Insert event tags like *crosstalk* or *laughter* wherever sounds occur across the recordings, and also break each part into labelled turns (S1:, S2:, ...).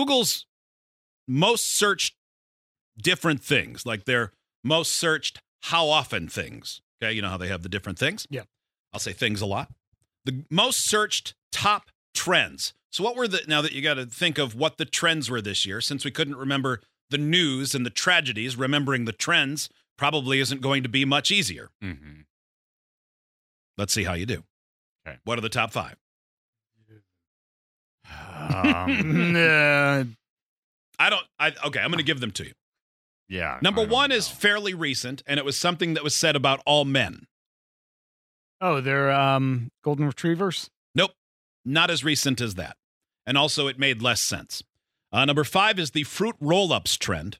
S1: Google's most searched different things, like their most searched how often things. Okay, you know how they have the different things?
S2: Yeah.
S1: I'll say things a lot. The most searched top trends. So what were the now that you got to think of what the trends were this year since we couldn't remember the news and the tragedies, remembering the trends probably isn't going to be much easier.
S3: Mm-hmm.
S1: Let's see how you do.
S3: Okay.
S1: What are the top 5?
S3: *laughs* Um, uh,
S1: I don't I okay, I'm going to give them to you.
S3: yeah.
S1: Number
S3: I don't
S1: 1 is
S3: *laughs* know.
S1: fairly recent and it was something that was said about all men.
S2: Oh, they're um, golden retrievers.
S1: Not as recent as that. And also, it made less sense. Uh, number five is the fruit roll ups trend.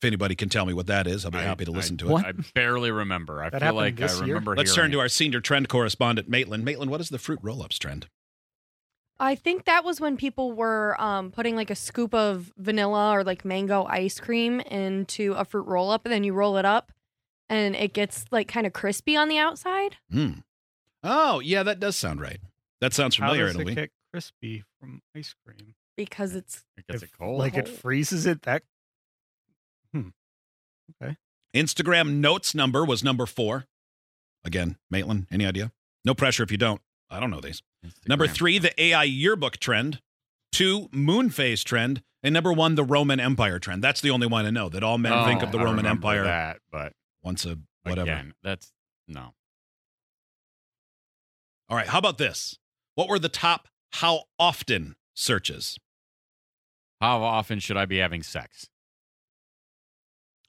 S1: If anybody can tell me what that is, I'll be
S3: I-
S1: happy to
S3: I-
S1: listen to
S2: What?
S1: it.
S3: I barely remember. I
S2: That
S3: feel
S2: happened
S3: like I
S2: this year?
S3: remember.
S1: Let's turn to our senior trend correspondent, Maitland. Maitland, what is the fruit roll ups trend?
S4: I think that was when people were um, putting like a scoop of vanilla or like mango ice cream into a fruit roll up, and then you roll it up, and it gets like kind of crispy on the outside.
S1: Hmm. Oh, yeah, that does sound right. That sounds
S5: How
S1: familiar
S5: does
S1: in a
S5: it
S1: way.
S5: get crispy from ice cream?
S4: Because it's
S3: Gets
S2: If,
S3: it cold.
S2: Like
S1: Oh.
S2: it freezes it. That
S1: Instagram notes number was number four. Again, Maitland, any idea? No pressure if you don't. I don't know these. Number
S3: Instagram.
S1: three, the AI yearbook trend. Two, moon phase trend. And number one, the Roman Empire trend. That's the only one I know that all men
S3: Oh,
S1: think of the
S3: I
S1: Roman
S3: remember
S1: Empire
S3: That, but
S1: once a whatever.
S3: again, that's no.
S1: All right. How about this? What were the top how often searches?
S3: How often should I be having sex?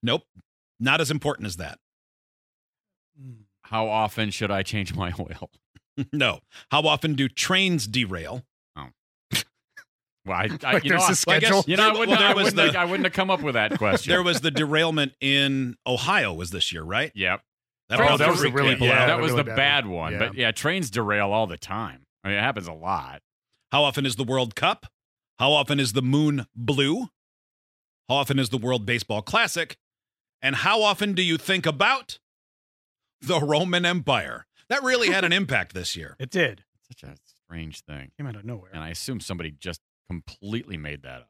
S1: Nope. Not as important as that. *laughs* Mm.
S3: How often should I change my *laughs* oil?
S1: no. How often do trains derail?
S3: Well, I, I
S2: *laughs* like
S3: you know,
S2: there's a
S3: I-
S1: well, I guess-
S2: schedule.
S3: you know, I
S1: Well,
S3: wouldn't,
S1: there
S3: I
S1: was
S3: wouldn't,
S1: the-
S3: I wouldn't have come up with *laughs* that question.
S1: There was the derailment in Ohio was this year, right?
S3: yep.
S1: That
S3: Oh,
S1: probably
S3: that was a
S1: freaked
S2: really
S1: people
S2: bad-
S1: out.
S3: Yeah,
S2: Yeah,
S3: that was
S2: really
S3: the
S2: bad
S3: bad
S2: one.
S3: one.
S2: Yeah.
S3: But yeah, trains derail all the time. I mean, it happens a lot.
S1: How often is the World Cup? How often is the moon blue? How often is the World Baseball Classic? And how often do you think about the Roman Empire? That really
S3: *laughs*
S1: had an impact this year.
S2: It did.
S3: Such a strange thing.
S2: Came out of nowhere.
S3: And I assume somebody just completely made that up.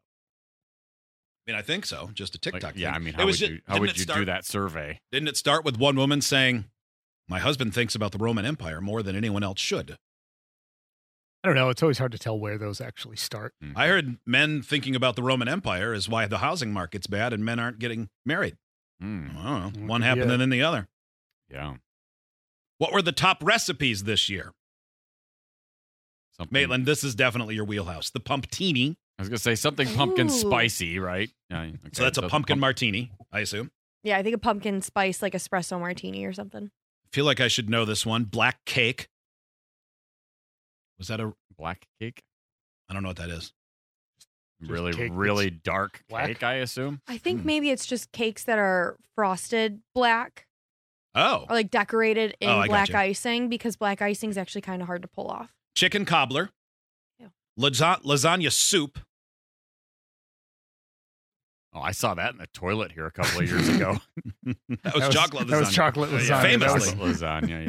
S1: I mean, I think so. Just a
S3: Like,
S1: TikTok.
S3: yeah,
S1: thing.
S3: I mean,
S1: It
S3: how
S1: was
S3: would
S1: ju-
S3: you how
S1: didn't
S3: would
S1: it
S3: you
S1: start-
S3: do that survey?
S1: Didn't it start with one woman saying, "My husband thinks about the Roman Empire more than anyone else should"?
S2: I don't know. It's always hard to tell where those actually start.
S1: I heard men thinking about the Roman Empire is why the housing market's bad and men aren't getting married. I
S3: Hmm,
S1: don't know.
S2: Mm,
S1: One happened
S2: yeah.
S1: and then the other.
S3: yeah,
S1: What were the top recipes this year?
S3: something,
S1: Maitland, this is definitely your wheelhouse. The pumptini.
S3: I was gonna say something pumpkin
S4: Ooh.
S3: spicy, right? Yeah, okay,
S1: So that's a
S3: the
S1: pumpkin
S3: pump-
S1: martini, I assume.
S4: yeah, I think a pumpkin spice like espresso martini or something.
S1: Feel like I should know this one. Black cake. Was that a?
S3: black cake.
S1: I don't know what that is.
S2: Just
S3: really,
S2: cake that's
S3: really dark
S2: black?
S3: cake. I assume.
S4: I think
S3: Hmm.
S4: maybe it's just cakes that are frosted black
S1: Oh,
S4: or like decorated in
S1: Oh, I
S4: black
S1: gotcha.
S4: icing because black icing is actually kind of hard to pull off.
S1: chicken cobbler,
S4: Ew.
S1: Lasa- lasagna soup, *laughs*
S3: Oh, I saw that in the toilet here a couple
S1: *laughs*
S3: of years ago.
S1: That was, Oh, chocolate lasagna.
S2: *laughs* That was chocolate
S3: Oh,
S2: lasagna.
S3: yeah,
S2: That was-
S1: Famously.
S3: chocolate lasagna.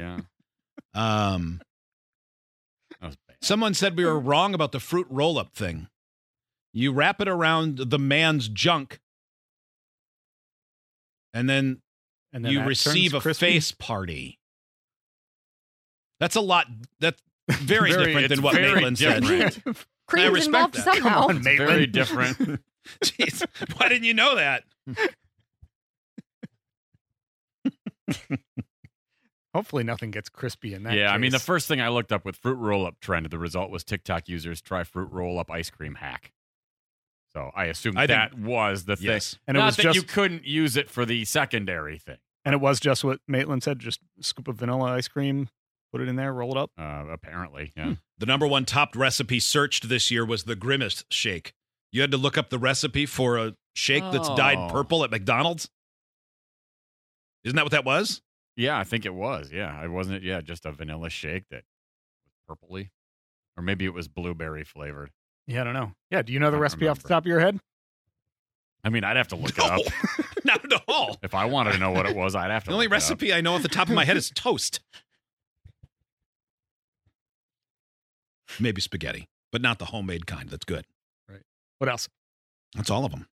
S3: Yeah,
S1: Um,
S3: that was bad.
S1: someone said we were wrong about the fruit roll-up thing. You wrap it around the man's junk, and then,
S2: and then
S1: you
S2: that turns
S1: receive a
S2: crispy. *laughs*
S1: face party. That's a lot. That's very,
S3: Very-
S1: different than
S3: it's
S1: what
S3: very
S1: Maitland
S3: different.
S1: said.
S2: *laughs*
S3: Right.
S4: Cream's
S1: respect
S4: involved
S1: that.
S2: Come
S4: somehow.
S2: on, Maitland.
S3: Very different.
S1: *laughs* Jeez, why didn't you know that?
S2: *laughs* Hopefully, nothing gets crispy in that.
S3: yeah, I mean, the
S2: case.
S3: first thing I looked up with fruit roll up trend, the result was TikTok users try fruit roll up ice cream hack. So I assume
S1: I think-
S3: that was the thing.
S2: and it
S3: Not
S2: was
S3: that
S2: just
S3: you couldn't use it for the secondary thing.
S2: and it was just what Maitland said. Just scoop of vanilla ice cream, put it in there, roll it up.
S3: Uh, apparently,
S2: Hmm.
S3: yeah.
S1: The number one top recipe searched this year was the Grimace Shake. You had to look up the recipe for a shake that's
S3: Oh.
S1: dyed purple at McDonald's. Isn't that what that was? *laughs*
S3: yeah, I think it was. Yeah, it wasn't. Yeah, just a vanilla shake that was purpley, or maybe it was blueberry flavored.
S2: Yeah, I don't know. Yeah, do you know the
S3: Don't
S2: recipe off the
S3: remember.
S2: top of your head?
S3: I mean, I'd have to look
S2: *laughs*
S3: it up
S1: Not at all.
S3: if I wanted to know what it was. I'd have to.
S1: The only
S3: look it up.
S1: recipe I know off the top of my head is toast. Maybe spaghetti, but not the homemade kind. That's good.
S2: What else?
S1: That's all of them.